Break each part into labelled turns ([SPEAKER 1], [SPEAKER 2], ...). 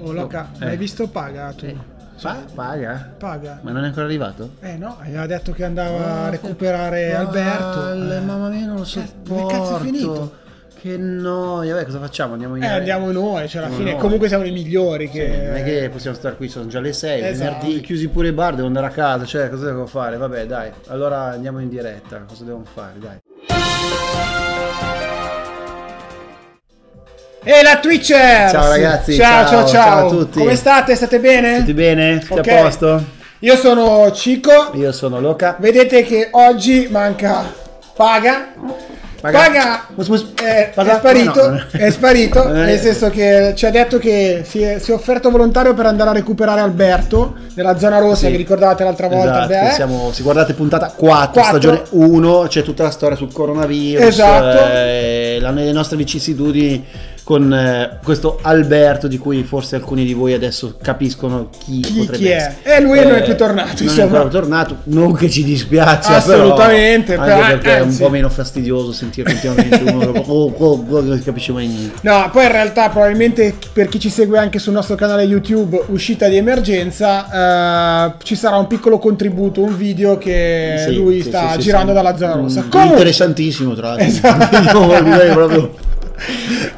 [SPEAKER 1] Oh, Loca,
[SPEAKER 2] eh.
[SPEAKER 1] l'hai visto Paga tu?
[SPEAKER 2] Pa- paga?
[SPEAKER 1] Paga?
[SPEAKER 2] Ah, eh. Ma Ah, non è ancora arrivato?
[SPEAKER 1] Eh no, aveva detto che andava a recuperare Alberto.
[SPEAKER 2] Palle,
[SPEAKER 1] Eh.
[SPEAKER 2] Mamma mia, non lo
[SPEAKER 1] Cazzo,
[SPEAKER 2] sopporto.
[SPEAKER 1] dove cazzo è finito?
[SPEAKER 2] Che noia. Beh, cosa facciamo? Andiamo in
[SPEAKER 1] Eh, andiamo noi, cioè alla
[SPEAKER 2] No,
[SPEAKER 1] fine
[SPEAKER 2] no. eh.
[SPEAKER 1] comunque siamo i migliori
[SPEAKER 2] Sì, non è
[SPEAKER 1] che...
[SPEAKER 2] che possiamo stare qui, sono già le 6,
[SPEAKER 1] Esatto.
[SPEAKER 2] venerdì, chiusi pure i bar, devo andare a casa, cioè cosa devo fare? Vabbè dai, allora andiamo in diretta, cosa devo fare? Dai.
[SPEAKER 1] E la Twitcher!
[SPEAKER 2] Ciao, ragazzi,
[SPEAKER 1] Ciao, ciao, ciao!
[SPEAKER 2] ciao, ciao a tutti.
[SPEAKER 1] Come state? State bene?
[SPEAKER 2] Tutti bene? Tutti
[SPEAKER 1] Ok.
[SPEAKER 2] a posto?
[SPEAKER 1] Io sono Cico.
[SPEAKER 2] Io sono Loca.
[SPEAKER 1] Vedete che oggi manca Paga. Paga, eh,
[SPEAKER 2] Mus, mus.
[SPEAKER 1] è,
[SPEAKER 2] Paga-
[SPEAKER 1] è sparito,
[SPEAKER 2] no, no.
[SPEAKER 1] è sparito,
[SPEAKER 2] Eh.
[SPEAKER 1] nel senso che ci ha detto che si è, si è offerto volontario per andare a recuperare Alberto nella zona rossa,
[SPEAKER 2] Sì.
[SPEAKER 1] vi ricordate l'altra volta?
[SPEAKER 2] Esatto,
[SPEAKER 1] beh, eh?
[SPEAKER 2] siamo- se guardate puntata 4,
[SPEAKER 1] Quattro.
[SPEAKER 2] stagione 1, c'è tutta la storia sul coronavirus,
[SPEAKER 1] Esatto.
[SPEAKER 2] eh, la- le nostre vicissitudini con eh, questo Alberto di cui forse alcuni di voi adesso capiscono chi,
[SPEAKER 1] Chi-
[SPEAKER 2] potrebbe
[SPEAKER 1] chi è.
[SPEAKER 2] essere. Eh,
[SPEAKER 1] E lui non è più tornato,
[SPEAKER 2] Non
[SPEAKER 1] insomma.
[SPEAKER 2] è ancora tornato, non che ci dispiace.
[SPEAKER 1] Assolutamente,
[SPEAKER 2] però, anche
[SPEAKER 1] però,
[SPEAKER 2] perché è un
[SPEAKER 1] anzi.
[SPEAKER 2] po' meno fastidioso sentire continuamente uno che oh, oh, oh, non si capisce mai niente.
[SPEAKER 1] No, poi in realtà probabilmente per chi ci segue anche sul nostro canale YouTube Uscita di Emergenza eh, ci sarà un piccolo contributo, un video che
[SPEAKER 2] Sì,
[SPEAKER 1] Eh, lui
[SPEAKER 2] sì,
[SPEAKER 1] sta
[SPEAKER 2] sì, sì,
[SPEAKER 1] girando
[SPEAKER 2] sì.
[SPEAKER 1] dalla zona
[SPEAKER 2] Mm,
[SPEAKER 1] rossa. Comunque,
[SPEAKER 2] Interessantissimo, tra l'altro.
[SPEAKER 1] Esatto.
[SPEAKER 2] Io direi proprio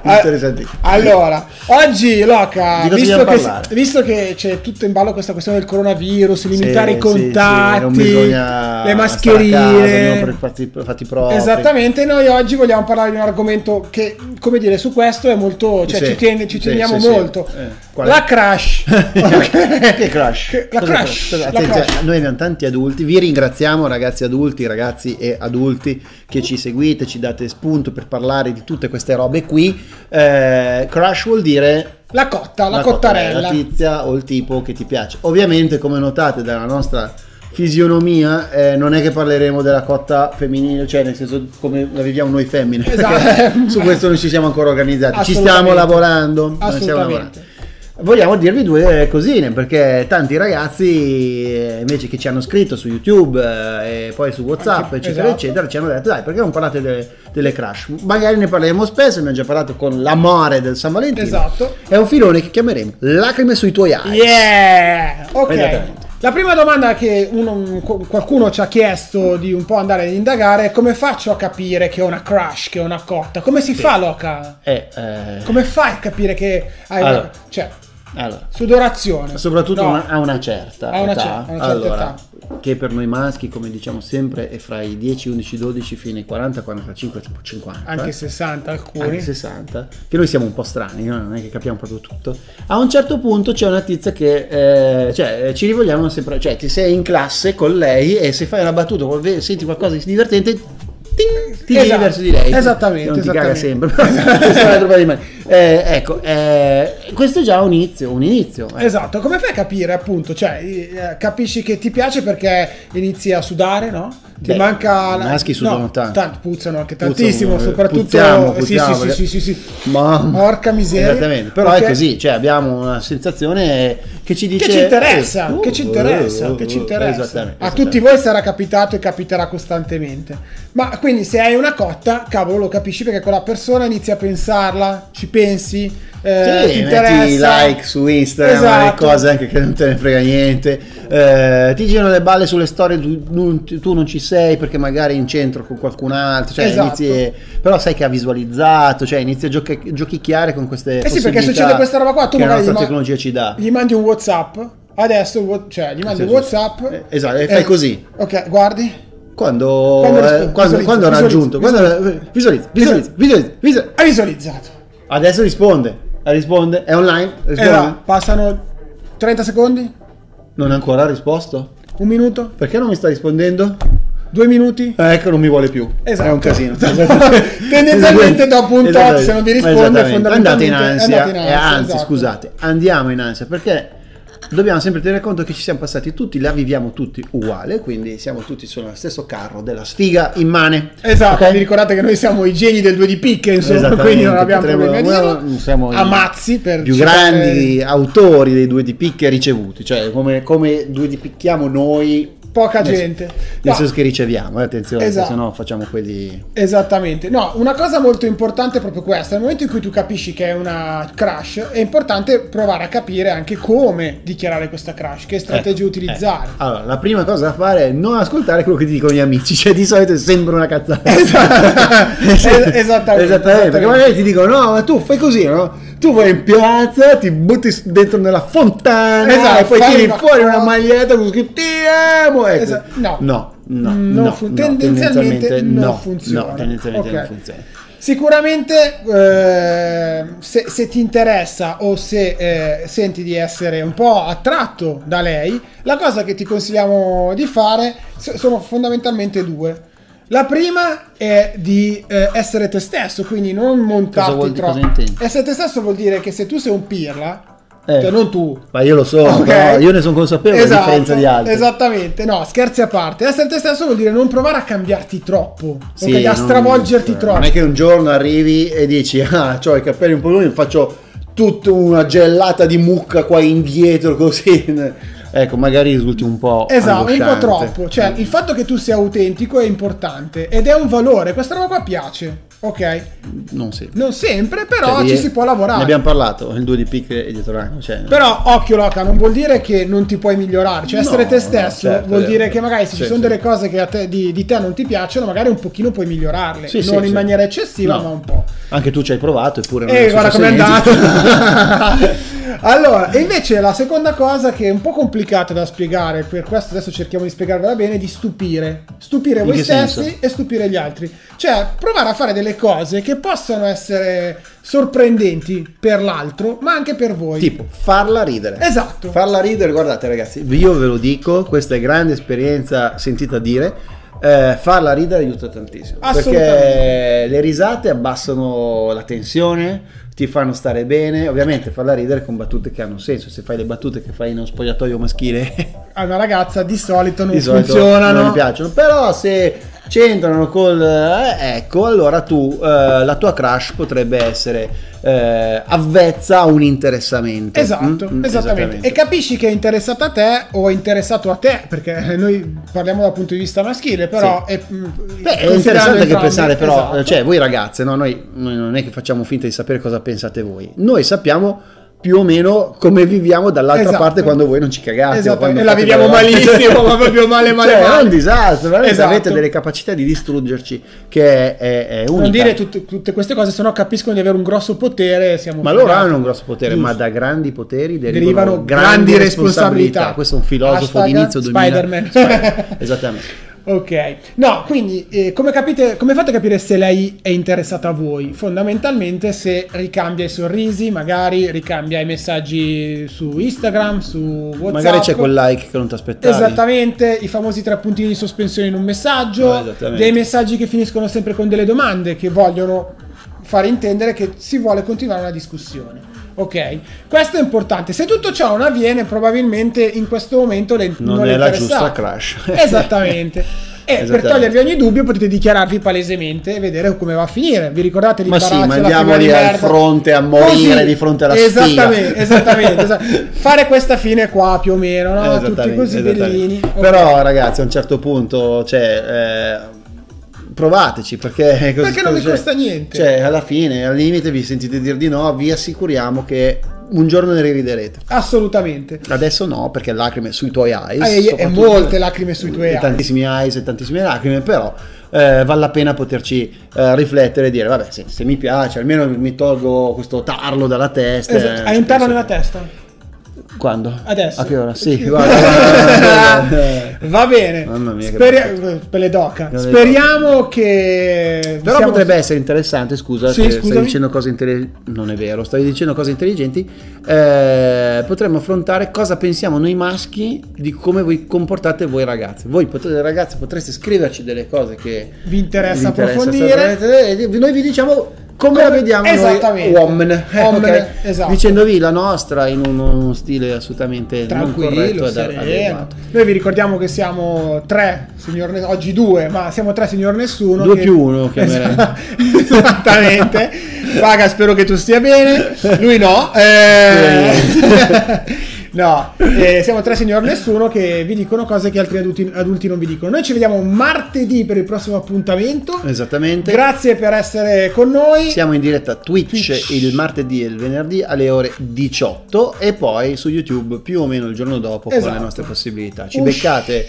[SPEAKER 1] Ah,
[SPEAKER 2] interessantissimo.
[SPEAKER 1] Allora, oggi Loca,
[SPEAKER 2] Di cosa
[SPEAKER 1] visto
[SPEAKER 2] dobbiamo
[SPEAKER 1] che,
[SPEAKER 2] parlare?
[SPEAKER 1] visto che c'è tutto in ballo questa questione del coronavirus, limitare
[SPEAKER 2] Sì,
[SPEAKER 1] i
[SPEAKER 2] sì, sì, non
[SPEAKER 1] contatti,
[SPEAKER 2] bisogna
[SPEAKER 1] le
[SPEAKER 2] stare a casa, ognuno
[SPEAKER 1] mascherine.
[SPEAKER 2] per i fatti, fatti propri.
[SPEAKER 1] Esattamente, noi oggi vogliamo parlare di un argomento che, come dire, su questo è molto, cioè
[SPEAKER 2] Sì,
[SPEAKER 1] ci, tiene- ci
[SPEAKER 2] sì,
[SPEAKER 1] teniamo
[SPEAKER 2] sì, sì.
[SPEAKER 1] molto.
[SPEAKER 2] Eh, qual è?
[SPEAKER 1] la crash. Ok.
[SPEAKER 2] Che crash?
[SPEAKER 1] Che- La
[SPEAKER 2] Cosa
[SPEAKER 1] crash.
[SPEAKER 2] crash?
[SPEAKER 1] la
[SPEAKER 2] Attenzione,
[SPEAKER 1] crash.
[SPEAKER 2] noi abbiamo tanti adulti, vi ringraziamo ragazzi adulti, ragazzi e adulti che ci seguite, ci date spunto per parlare di tutte queste robe qui. Eh, crash vuol dire
[SPEAKER 1] La cotta, la,
[SPEAKER 2] cotta, eh,
[SPEAKER 1] cottarella.
[SPEAKER 2] La tizia o il tipo che ti piace. Ovviamente, come notate dalla nostra fisionomia, eh, non è che parleremo della cotta femminile, cioè nel senso come la viviamo noi femmine.
[SPEAKER 1] Esatto.
[SPEAKER 2] perché su questo non ci siamo ancora organizzati. Ci stiamo
[SPEAKER 1] Assolutamente.
[SPEAKER 2] lavorando. ma stiamo lavorando.
[SPEAKER 1] Assolutamente.
[SPEAKER 2] Vogliamo dirvi due cosine perché tanti ragazzi eh, invece che ci hanno scritto su YouTube eh, e poi su WhatsApp,
[SPEAKER 1] Anche-
[SPEAKER 2] eccetera,
[SPEAKER 1] esatto.
[SPEAKER 2] eccetera, ci hanno detto dai perché non parlate delle, delle crash? Magari ne parleremo spesso, abbiamo già parlato con l'amore del San Valentino.
[SPEAKER 1] Esatto.
[SPEAKER 2] È un filone che chiameremo Lacrime sui tuoi eyes.
[SPEAKER 1] Yeah! Ok.
[SPEAKER 2] Esattamente.
[SPEAKER 1] La prima domanda che uno- un- qu- qualcuno ci ha chiesto di un po' andare ad indagare è come faccio a capire che ho una crush, che ho una cotta? Come si fa, Loca?
[SPEAKER 2] Eh, eh,
[SPEAKER 1] Come fai a capire che hai una...
[SPEAKER 2] Allora.
[SPEAKER 1] Cioè,
[SPEAKER 2] allora,
[SPEAKER 1] sudorazione.
[SPEAKER 2] soprattutto
[SPEAKER 1] No.
[SPEAKER 2] una- a una certa
[SPEAKER 1] A una
[SPEAKER 2] età,
[SPEAKER 1] cer- a una certa
[SPEAKER 2] allora, che per noi maschi, come diciamo sempre, è fra i 10, 11, 12 fino ai 40, 45, 50.
[SPEAKER 1] Anche 60 alcuni.
[SPEAKER 2] anni 60, che noi siamo un po' strani, no? non è che capiamo proprio tutto. A un certo punto c'è una tizia che eh, cioè, eh, ci rivolgiamo sempre, cioè ti sei in classe con lei e se fai una battuta o ve- senti qualcosa di divertente ting, ti
[SPEAKER 1] Esatto,
[SPEAKER 2] giri verso di lei.
[SPEAKER 1] esattamente,
[SPEAKER 2] Non ti caga
[SPEAKER 1] esattamente.
[SPEAKER 2] sempre. Questo è un altro paio di mani. Eh, ecco, eh, questo è già un inizio, un inizio. eh.
[SPEAKER 1] Esatto, come fai a capire appunto? Cioè, eh, capisci che ti piace perché inizi a sudare, no? Ti
[SPEAKER 2] Beh,
[SPEAKER 1] manca
[SPEAKER 2] i maschi sudano
[SPEAKER 1] no,
[SPEAKER 2] tanto.
[SPEAKER 1] puzzano anche
[SPEAKER 2] Puzzano,
[SPEAKER 1] tantissimo,
[SPEAKER 2] eh,
[SPEAKER 1] soprattutto eh,
[SPEAKER 2] puzziamo,
[SPEAKER 1] sì,
[SPEAKER 2] puzziamo,
[SPEAKER 1] sì,
[SPEAKER 2] perché-
[SPEAKER 1] sì, sì, sì, sì.
[SPEAKER 2] Ma...
[SPEAKER 1] Porca miseria.
[SPEAKER 2] Esattamente, però
[SPEAKER 1] Perché-
[SPEAKER 2] è così, cioè abbiamo una sensazione che ci dice
[SPEAKER 1] Che ci interessa,
[SPEAKER 2] eh,
[SPEAKER 1] che ci
[SPEAKER 2] uh,
[SPEAKER 1] interessa,
[SPEAKER 2] uh,
[SPEAKER 1] che ci
[SPEAKER 2] uh,
[SPEAKER 1] interessa.
[SPEAKER 2] esattamente,
[SPEAKER 1] a tutti voi sarà capitato e capiterà costantemente. Ma quindi se hai una cotta, cavolo, lo capisci perché quella persona inizi a pensarla, ci pensi, eh,
[SPEAKER 2] Sì,
[SPEAKER 1] ti
[SPEAKER 2] metti
[SPEAKER 1] interessa.
[SPEAKER 2] like su Instagram, alle
[SPEAKER 1] Esatto.
[SPEAKER 2] cose anche che non te ne frega niente. Eh, ti girano le balle sulle storie, tu non, tu non ci sei perché magari in centro con qualcun altro. Cioè
[SPEAKER 1] Esatto.
[SPEAKER 2] inizi- però sai che ha visualizzato, cioè inizi a gioca- giochicchiare con queste
[SPEAKER 1] Eh sì, perché
[SPEAKER 2] possibilità
[SPEAKER 1] succede questa roba qua, tu
[SPEAKER 2] che la
[SPEAKER 1] magari
[SPEAKER 2] nostra
[SPEAKER 1] gli ma-
[SPEAKER 2] tecnologia ci dà.
[SPEAKER 1] Gli mandi un WhatsApp. Adesso, il Wha- cioè, gli mandi un
[SPEAKER 2] Sì, sì.
[SPEAKER 1] WhatsApp.
[SPEAKER 2] Eh, esatto, e fai così.
[SPEAKER 1] Ok, guardi.
[SPEAKER 2] Quando,
[SPEAKER 1] Quando
[SPEAKER 2] eh,
[SPEAKER 1] rispondi,
[SPEAKER 2] quando-
[SPEAKER 1] visualizza,
[SPEAKER 2] quando ha
[SPEAKER 1] visualizza,
[SPEAKER 2] raggiunto, quando- visualizza, visualizza, visualizza, visualizza.
[SPEAKER 1] Hai visualizzato.
[SPEAKER 2] Adesso risponde, risponde, è online,
[SPEAKER 1] E
[SPEAKER 2] risponde.
[SPEAKER 1] là, passano 30 secondi,
[SPEAKER 2] Non ha ancora risposto?
[SPEAKER 1] un minuto,
[SPEAKER 2] Perché non mi sta rispondendo?
[SPEAKER 1] due minuti.
[SPEAKER 2] Eh, Ecco, non mi vuole più.
[SPEAKER 1] Esatto.
[SPEAKER 2] È un casino.
[SPEAKER 1] Tendenzialmente dopo un tot,
[SPEAKER 2] Esattamente.
[SPEAKER 1] se non vi risponde,
[SPEAKER 2] Esattamente.
[SPEAKER 1] fondamentalmente
[SPEAKER 2] andate in ansia.
[SPEAKER 1] andate in
[SPEAKER 2] e
[SPEAKER 1] ansia,
[SPEAKER 2] anzi,
[SPEAKER 1] esatto.
[SPEAKER 2] scusate, andiamo in ansia perché dobbiamo sempre tenere conto che ci siamo passati tutti, la viviamo tutti uguale, quindi siamo tutti sullo stesso carro della sfiga immane.
[SPEAKER 1] Esatto,
[SPEAKER 2] Ok?
[SPEAKER 1] vi ricordate che noi siamo i geni del 2 di picche, insomma,
[SPEAKER 2] Esattamente,
[SPEAKER 1] quindi non abbiamo
[SPEAKER 2] potremmo-
[SPEAKER 1] problemi a
[SPEAKER 2] no,
[SPEAKER 1] dirlo.
[SPEAKER 2] siamo i
[SPEAKER 1] Amazzi per
[SPEAKER 2] più
[SPEAKER 1] citare-
[SPEAKER 2] cioè grandi autori dei due di picche ricevuti, cioè come, come due di picchiamo noi
[SPEAKER 1] poca
[SPEAKER 2] Nel-
[SPEAKER 1] gente. No.
[SPEAKER 2] Nel senso che riceviamo, eh, attenzione,
[SPEAKER 1] Esatto.
[SPEAKER 2] se no facciamo quelli...
[SPEAKER 1] Esattamente, no, una cosa molto importante è proprio questa, nel momento in cui tu capisci che è una crash è importante provare a capire anche come dichiarare questa crash, che strategie
[SPEAKER 2] Ecco,
[SPEAKER 1] utilizzare.
[SPEAKER 2] ecco. Allora, la prima cosa da fare è non ascoltare quello che ti dicono gli amici, cioè di solito sembra una cazzata.
[SPEAKER 1] Esatto. Es- esattamente, esattamente.
[SPEAKER 2] perché magari ti dicono "No, ma tu fai così, no? Tu vai in piazza, ti butti s- dentro nella fontana
[SPEAKER 1] Esatto,
[SPEAKER 2] e poi
[SPEAKER 1] fai
[SPEAKER 2] tiri
[SPEAKER 1] una
[SPEAKER 2] fuori una
[SPEAKER 1] cosa-
[SPEAKER 2] maglietta con scritto "Ti amo", ecco.
[SPEAKER 1] Esa- no. Mm,
[SPEAKER 2] No, no,
[SPEAKER 1] Non
[SPEAKER 2] no,
[SPEAKER 1] fu-
[SPEAKER 2] no,
[SPEAKER 1] tendenzialmente non
[SPEAKER 2] no,
[SPEAKER 1] funziona.
[SPEAKER 2] No, tendenzialmente
[SPEAKER 1] Ok.
[SPEAKER 2] non funziona.
[SPEAKER 1] Sicuramente eh, se, se ti interessa o se eh, senti di essere un po' attratto da lei, la cosa che ti consigliamo di fare so- sono fondamentalmente due. La prima è di eh, essere te stesso, quindi non montarti
[SPEAKER 2] vuol-
[SPEAKER 1] troppo.
[SPEAKER 2] cosa intendi?
[SPEAKER 1] essere te stesso vuol dire che se tu sei un pirla,
[SPEAKER 2] Eh.
[SPEAKER 1] cioè non tu,
[SPEAKER 2] Ma io lo so,
[SPEAKER 1] Ok.
[SPEAKER 2] però io ne sono consapevole a
[SPEAKER 1] Esatto,
[SPEAKER 2] differenza di altri.
[SPEAKER 1] Esattamente, no, scherzi a parte. Essere te stesso vuol dire non provare a cambiarti troppo,
[SPEAKER 2] Sì,
[SPEAKER 1] ok? a
[SPEAKER 2] non-
[SPEAKER 1] stravolgerti
[SPEAKER 2] eh,
[SPEAKER 1] troppo.
[SPEAKER 2] Non è che un giorno arrivi e dici, ah, ho i capelli un po' lunghi, faccio tutta una gellata di mucca qua indietro così. ecco, magari risulti un po'...
[SPEAKER 1] Esatto, un po'
[SPEAKER 2] angosciante.
[SPEAKER 1] troppo. Cioè, il fatto che tu sia autentico è importante ed è un valore. Questa roba qua piace, ok?
[SPEAKER 2] Non sì.
[SPEAKER 1] Non sempre, però
[SPEAKER 2] Cioè,
[SPEAKER 1] ci
[SPEAKER 2] di-
[SPEAKER 1] si può
[SPEAKER 2] Ne
[SPEAKER 1] lavorare.
[SPEAKER 2] abbiamo parlato, il 2 di picche e dietro l'angolo. Cioè,
[SPEAKER 1] Però occhio Loca, non vuol dire che non ti puoi migliorare, cioè
[SPEAKER 2] No,
[SPEAKER 1] essere te
[SPEAKER 2] no,
[SPEAKER 1] stesso
[SPEAKER 2] certo,
[SPEAKER 1] vuol
[SPEAKER 2] è
[SPEAKER 1] dire
[SPEAKER 2] vero.
[SPEAKER 1] che magari se
[SPEAKER 2] Sì,
[SPEAKER 1] ci sono
[SPEAKER 2] sì.
[SPEAKER 1] delle cose che a te- di, di te non ti piacciono, magari un pochino puoi migliorarle,
[SPEAKER 2] Sì,
[SPEAKER 1] non
[SPEAKER 2] sì,
[SPEAKER 1] in
[SPEAKER 2] sì.
[SPEAKER 1] maniera eccessiva,
[SPEAKER 2] No.
[SPEAKER 1] ma un po'.
[SPEAKER 2] Anche tu ci hai provato, eppure... non
[SPEAKER 1] E
[SPEAKER 2] è
[SPEAKER 1] Eh, guarda com'è
[SPEAKER 2] successo
[SPEAKER 1] andato.
[SPEAKER 2] niente.
[SPEAKER 1] allora, e invece la seconda cosa che è un po' complicata da spiegare, per questo adesso cerchiamo di spiegarvela bene, è di stupire. Stupire
[SPEAKER 2] In
[SPEAKER 1] voi
[SPEAKER 2] che
[SPEAKER 1] stessi
[SPEAKER 2] senso?
[SPEAKER 1] e stupire gli altri. Cioè, provare a fare delle cose che possono essere sorprendenti per l'altro, ma anche per voi.
[SPEAKER 2] Tipo, farla ridere.
[SPEAKER 1] Esatto.
[SPEAKER 2] Farla ridere, guardate ragazzi, io ve lo dico, questa è grande esperienza sentita dire, eh, farla ridere aiuta tantissimo. Perché
[SPEAKER 1] Assolutamente.
[SPEAKER 2] le risate abbassano la tensione, ti fanno stare bene, ovviamente farla ridere con battute che hanno senso, se fai le battute che fai in uno spogliatoio maschile
[SPEAKER 1] A una ragazza di solito non
[SPEAKER 2] di solito
[SPEAKER 1] funzionano.
[SPEAKER 2] non mi piacciono, però se c'entrano col... eh, ecco, allora tu, eh, la tua crush potrebbe essere eh, avvezza a un interessamento.
[SPEAKER 1] Esatto,
[SPEAKER 2] Mm? Mm,
[SPEAKER 1] esattamente. E capisci che è interessata a te o è interessato a te, perché noi parliamo dal punto di vista maschile, però è, mm,
[SPEAKER 2] Beh, è interessante anche pensare però,
[SPEAKER 1] esatto.
[SPEAKER 2] cioè voi ragazze, no? noi, noi non è che facciamo finta di sapere cosa pensate voi, noi sappiamo più o meno come viviamo dall'altra
[SPEAKER 1] Esatto.
[SPEAKER 2] parte quando voi non ci cagate. o
[SPEAKER 1] Esatto,
[SPEAKER 2] quando
[SPEAKER 1] e la
[SPEAKER 2] fate
[SPEAKER 1] viviamo
[SPEAKER 2] quelle robe.
[SPEAKER 1] malissimo, ma proprio male, male,
[SPEAKER 2] Cioè, è
[SPEAKER 1] male.
[SPEAKER 2] un disastro, veramente
[SPEAKER 1] Esatto.
[SPEAKER 2] avete delle capacità di distruggerci che è, è, è unica.
[SPEAKER 1] non dire tutte, tutte queste cose, sennò capiscono di avere un grosso potere. Siamo
[SPEAKER 2] ma loro
[SPEAKER 1] fregati.
[SPEAKER 2] hanno un grosso potere,
[SPEAKER 1] Giusto.
[SPEAKER 2] ma da grandi poteri derivano,
[SPEAKER 1] Derivano grandi responsabilità.
[SPEAKER 2] Questo è un filosofo
[SPEAKER 1] Hashtag
[SPEAKER 2] d'inizio 2000.
[SPEAKER 1] Spider-Man.
[SPEAKER 2] Spider- Esattamente.
[SPEAKER 1] Ok, no, quindi eh, come, capite, come fate a capire se lei è interessata a voi? Fondamentalmente se ricambia i sorrisi, magari ricambia i messaggi su Instagram, su WhatsApp.
[SPEAKER 2] Magari c'è quel like che non ti aspettavi.
[SPEAKER 1] Esattamente, i famosi tre puntini di sospensione in un
[SPEAKER 2] No,
[SPEAKER 1] messaggio,
[SPEAKER 2] esattamente.
[SPEAKER 1] dei messaggi che finiscono sempre con delle domande che vogliono far intendere che si vuole continuare una discussione. Ok, questo è importante. Se tutto ciò non avviene, probabilmente in questo momento le,
[SPEAKER 2] Non
[SPEAKER 1] non,
[SPEAKER 2] è
[SPEAKER 1] le
[SPEAKER 2] la
[SPEAKER 1] interessa.
[SPEAKER 2] giusta crush.
[SPEAKER 1] Esattamente. E per
[SPEAKER 2] Esattamente.
[SPEAKER 1] togliervi ogni dubbio potete dichiararvi palesemente e vedere come va a finire. Vi ricordate di
[SPEAKER 2] Ma sì,
[SPEAKER 1] Parazzo, la
[SPEAKER 2] mandiamoli
[SPEAKER 1] figura di
[SPEAKER 2] al
[SPEAKER 1] merda?
[SPEAKER 2] fronte a morire di fronte alla
[SPEAKER 1] Esattamente,
[SPEAKER 2] sfiga.
[SPEAKER 1] esattamente, esattamente. Fare questa fine qua più o meno, no?
[SPEAKER 2] Esattamente,
[SPEAKER 1] Tutti così
[SPEAKER 2] esattamente.
[SPEAKER 1] bellini. Ok.
[SPEAKER 2] Però, ragazzi, a un certo punto, cioè. eh, Provateci perché, così-
[SPEAKER 1] Perché non vi
[SPEAKER 2] cioè-
[SPEAKER 1] costa niente.
[SPEAKER 2] Cioè, alla fine, al limite, vi sentite dire di no. Vi assicuriamo che un giorno ne rividerete.
[SPEAKER 1] Assolutamente.
[SPEAKER 2] Adesso no, perché lacrime sui tuoi eyes.
[SPEAKER 1] Ah, e- e
[SPEAKER 2] soprattutto-
[SPEAKER 1] molte lacrime sui tuoi
[SPEAKER 2] e
[SPEAKER 1] eyes.
[SPEAKER 2] Tantissimi eyes e tantissime lacrime, però eh, vale la pena poterci eh, riflettere e dire, vabbè, se, se mi piace, almeno mi- mi tolgo questo tarlo dalla testa. eh,
[SPEAKER 1] Esatto. Hai un tarlo nella testa?
[SPEAKER 2] testa? Quando?
[SPEAKER 1] Adesso.
[SPEAKER 2] A che ora? Sì, guarda. guarda, guarda.
[SPEAKER 1] Va bene.
[SPEAKER 2] Mamma mia, che
[SPEAKER 1] Speria-
[SPEAKER 2] brutto.
[SPEAKER 1] eh, Peledoca.
[SPEAKER 2] Peledoca.
[SPEAKER 1] Speriamo che.
[SPEAKER 2] Però
[SPEAKER 1] siamo-
[SPEAKER 2] potrebbe essere interessante, scusa,
[SPEAKER 1] Sì,
[SPEAKER 2] se stai
[SPEAKER 1] scusami.
[SPEAKER 2] dicendo cose intelligenti. Non è vero, stai dicendo cose intelligenti. eh, potremmo affrontare cosa pensiamo noi maschi di come voi comportate voi ragazze. Voi potete, ragazze potreste scriverci delle cose che
[SPEAKER 1] Vi interessa approfondire.
[SPEAKER 2] sapere, e Noi vi diciamo come, la
[SPEAKER 1] Come-
[SPEAKER 2] vediamo noi
[SPEAKER 1] esattamente.
[SPEAKER 2] uomini, Eh,
[SPEAKER 1] Uomini,
[SPEAKER 2] ok?
[SPEAKER 1] esatto.
[SPEAKER 2] dicendovi la nostra in un, uno stile assolutamente non corretto
[SPEAKER 1] Tranquillo,
[SPEAKER 2] ed
[SPEAKER 1] sereno.
[SPEAKER 2] adeguato.
[SPEAKER 1] Noi vi ricordiamo che siamo tre, signor ne- oggi due, ma siamo tre, signor Nessuno.
[SPEAKER 2] Due
[SPEAKER 1] che-
[SPEAKER 2] più uno, chiamerei.
[SPEAKER 1] Esa- Esattamente. Vaga, spero che tu stia bene. Lui no. eh.
[SPEAKER 2] Sì.
[SPEAKER 1] No, eh, siamo tre signor nessuno che vi dicono cose che altri adulti, adulti non vi dicono. Noi ci vediamo martedì per il prossimo appuntamento.
[SPEAKER 2] Esattamente.
[SPEAKER 1] Grazie per essere con noi.
[SPEAKER 2] Siamo in diretta a Twitch,
[SPEAKER 1] Twitch.
[SPEAKER 2] il martedì e il venerdì alle ore 18 e poi su YouTube più o meno il giorno dopo con
[SPEAKER 1] Esatto.
[SPEAKER 2] le nostre possibilità. Ci
[SPEAKER 1] Usci-
[SPEAKER 2] beccate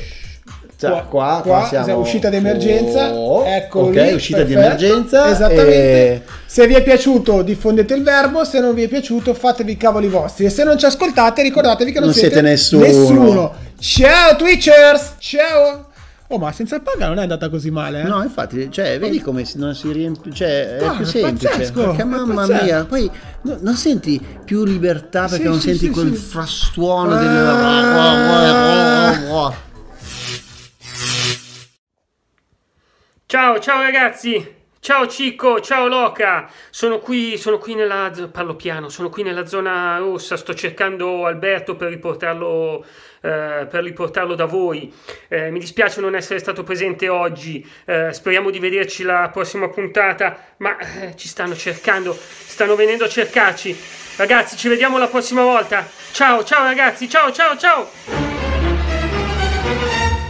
[SPEAKER 2] cioè, qua, qua,
[SPEAKER 1] qua,
[SPEAKER 2] siamo
[SPEAKER 1] siamo uscita d'emergenza.
[SPEAKER 2] Oh,
[SPEAKER 1] ecco
[SPEAKER 2] ok,
[SPEAKER 1] lì,
[SPEAKER 2] uscita di
[SPEAKER 1] perfetto.
[SPEAKER 2] emergenza.
[SPEAKER 1] Esattamente.
[SPEAKER 2] e-
[SPEAKER 1] Se vi è piaciuto, diffondete il verbo. Se non vi è piaciuto, fatevi i cavoli vostri. E se non ci ascoltate, ricordatevi che non,
[SPEAKER 2] Non siete nessuno.
[SPEAKER 1] nessuno. Ciao, Twitchers. Ciao. Oh, ma senza il paga non è andata così male, eh?
[SPEAKER 2] No, infatti, cioè, vedi come si- non si riempie, cioè,
[SPEAKER 1] No,
[SPEAKER 2] è più
[SPEAKER 1] è
[SPEAKER 2] semplice.
[SPEAKER 1] pazzesco,
[SPEAKER 2] perché
[SPEAKER 1] è
[SPEAKER 2] mamma
[SPEAKER 1] pazzesco.
[SPEAKER 2] mia, poi no- non senti più libertà perché
[SPEAKER 1] Sì,
[SPEAKER 2] non
[SPEAKER 1] sì,
[SPEAKER 2] senti
[SPEAKER 1] sì,
[SPEAKER 2] quel
[SPEAKER 1] sì.
[SPEAKER 2] frastuono
[SPEAKER 1] Ah.
[SPEAKER 2] del
[SPEAKER 3] Ciao, ciao ragazzi! Ciao Cicco, ciao Loca! Sono qui, sono qui nella... z- parlo piano, sono qui nella zona rossa, sto cercando Alberto per riportarlo, eh, per riportarlo da voi. Eh, mi dispiace non essere stato presente oggi, eh, speriamo di vederci la prossima puntata, ma eh, ci stanno cercando, stanno venendo a cercarci. Ragazzi, ci vediamo la prossima volta! Ciao, ciao ragazzi, ciao, ciao, ciao!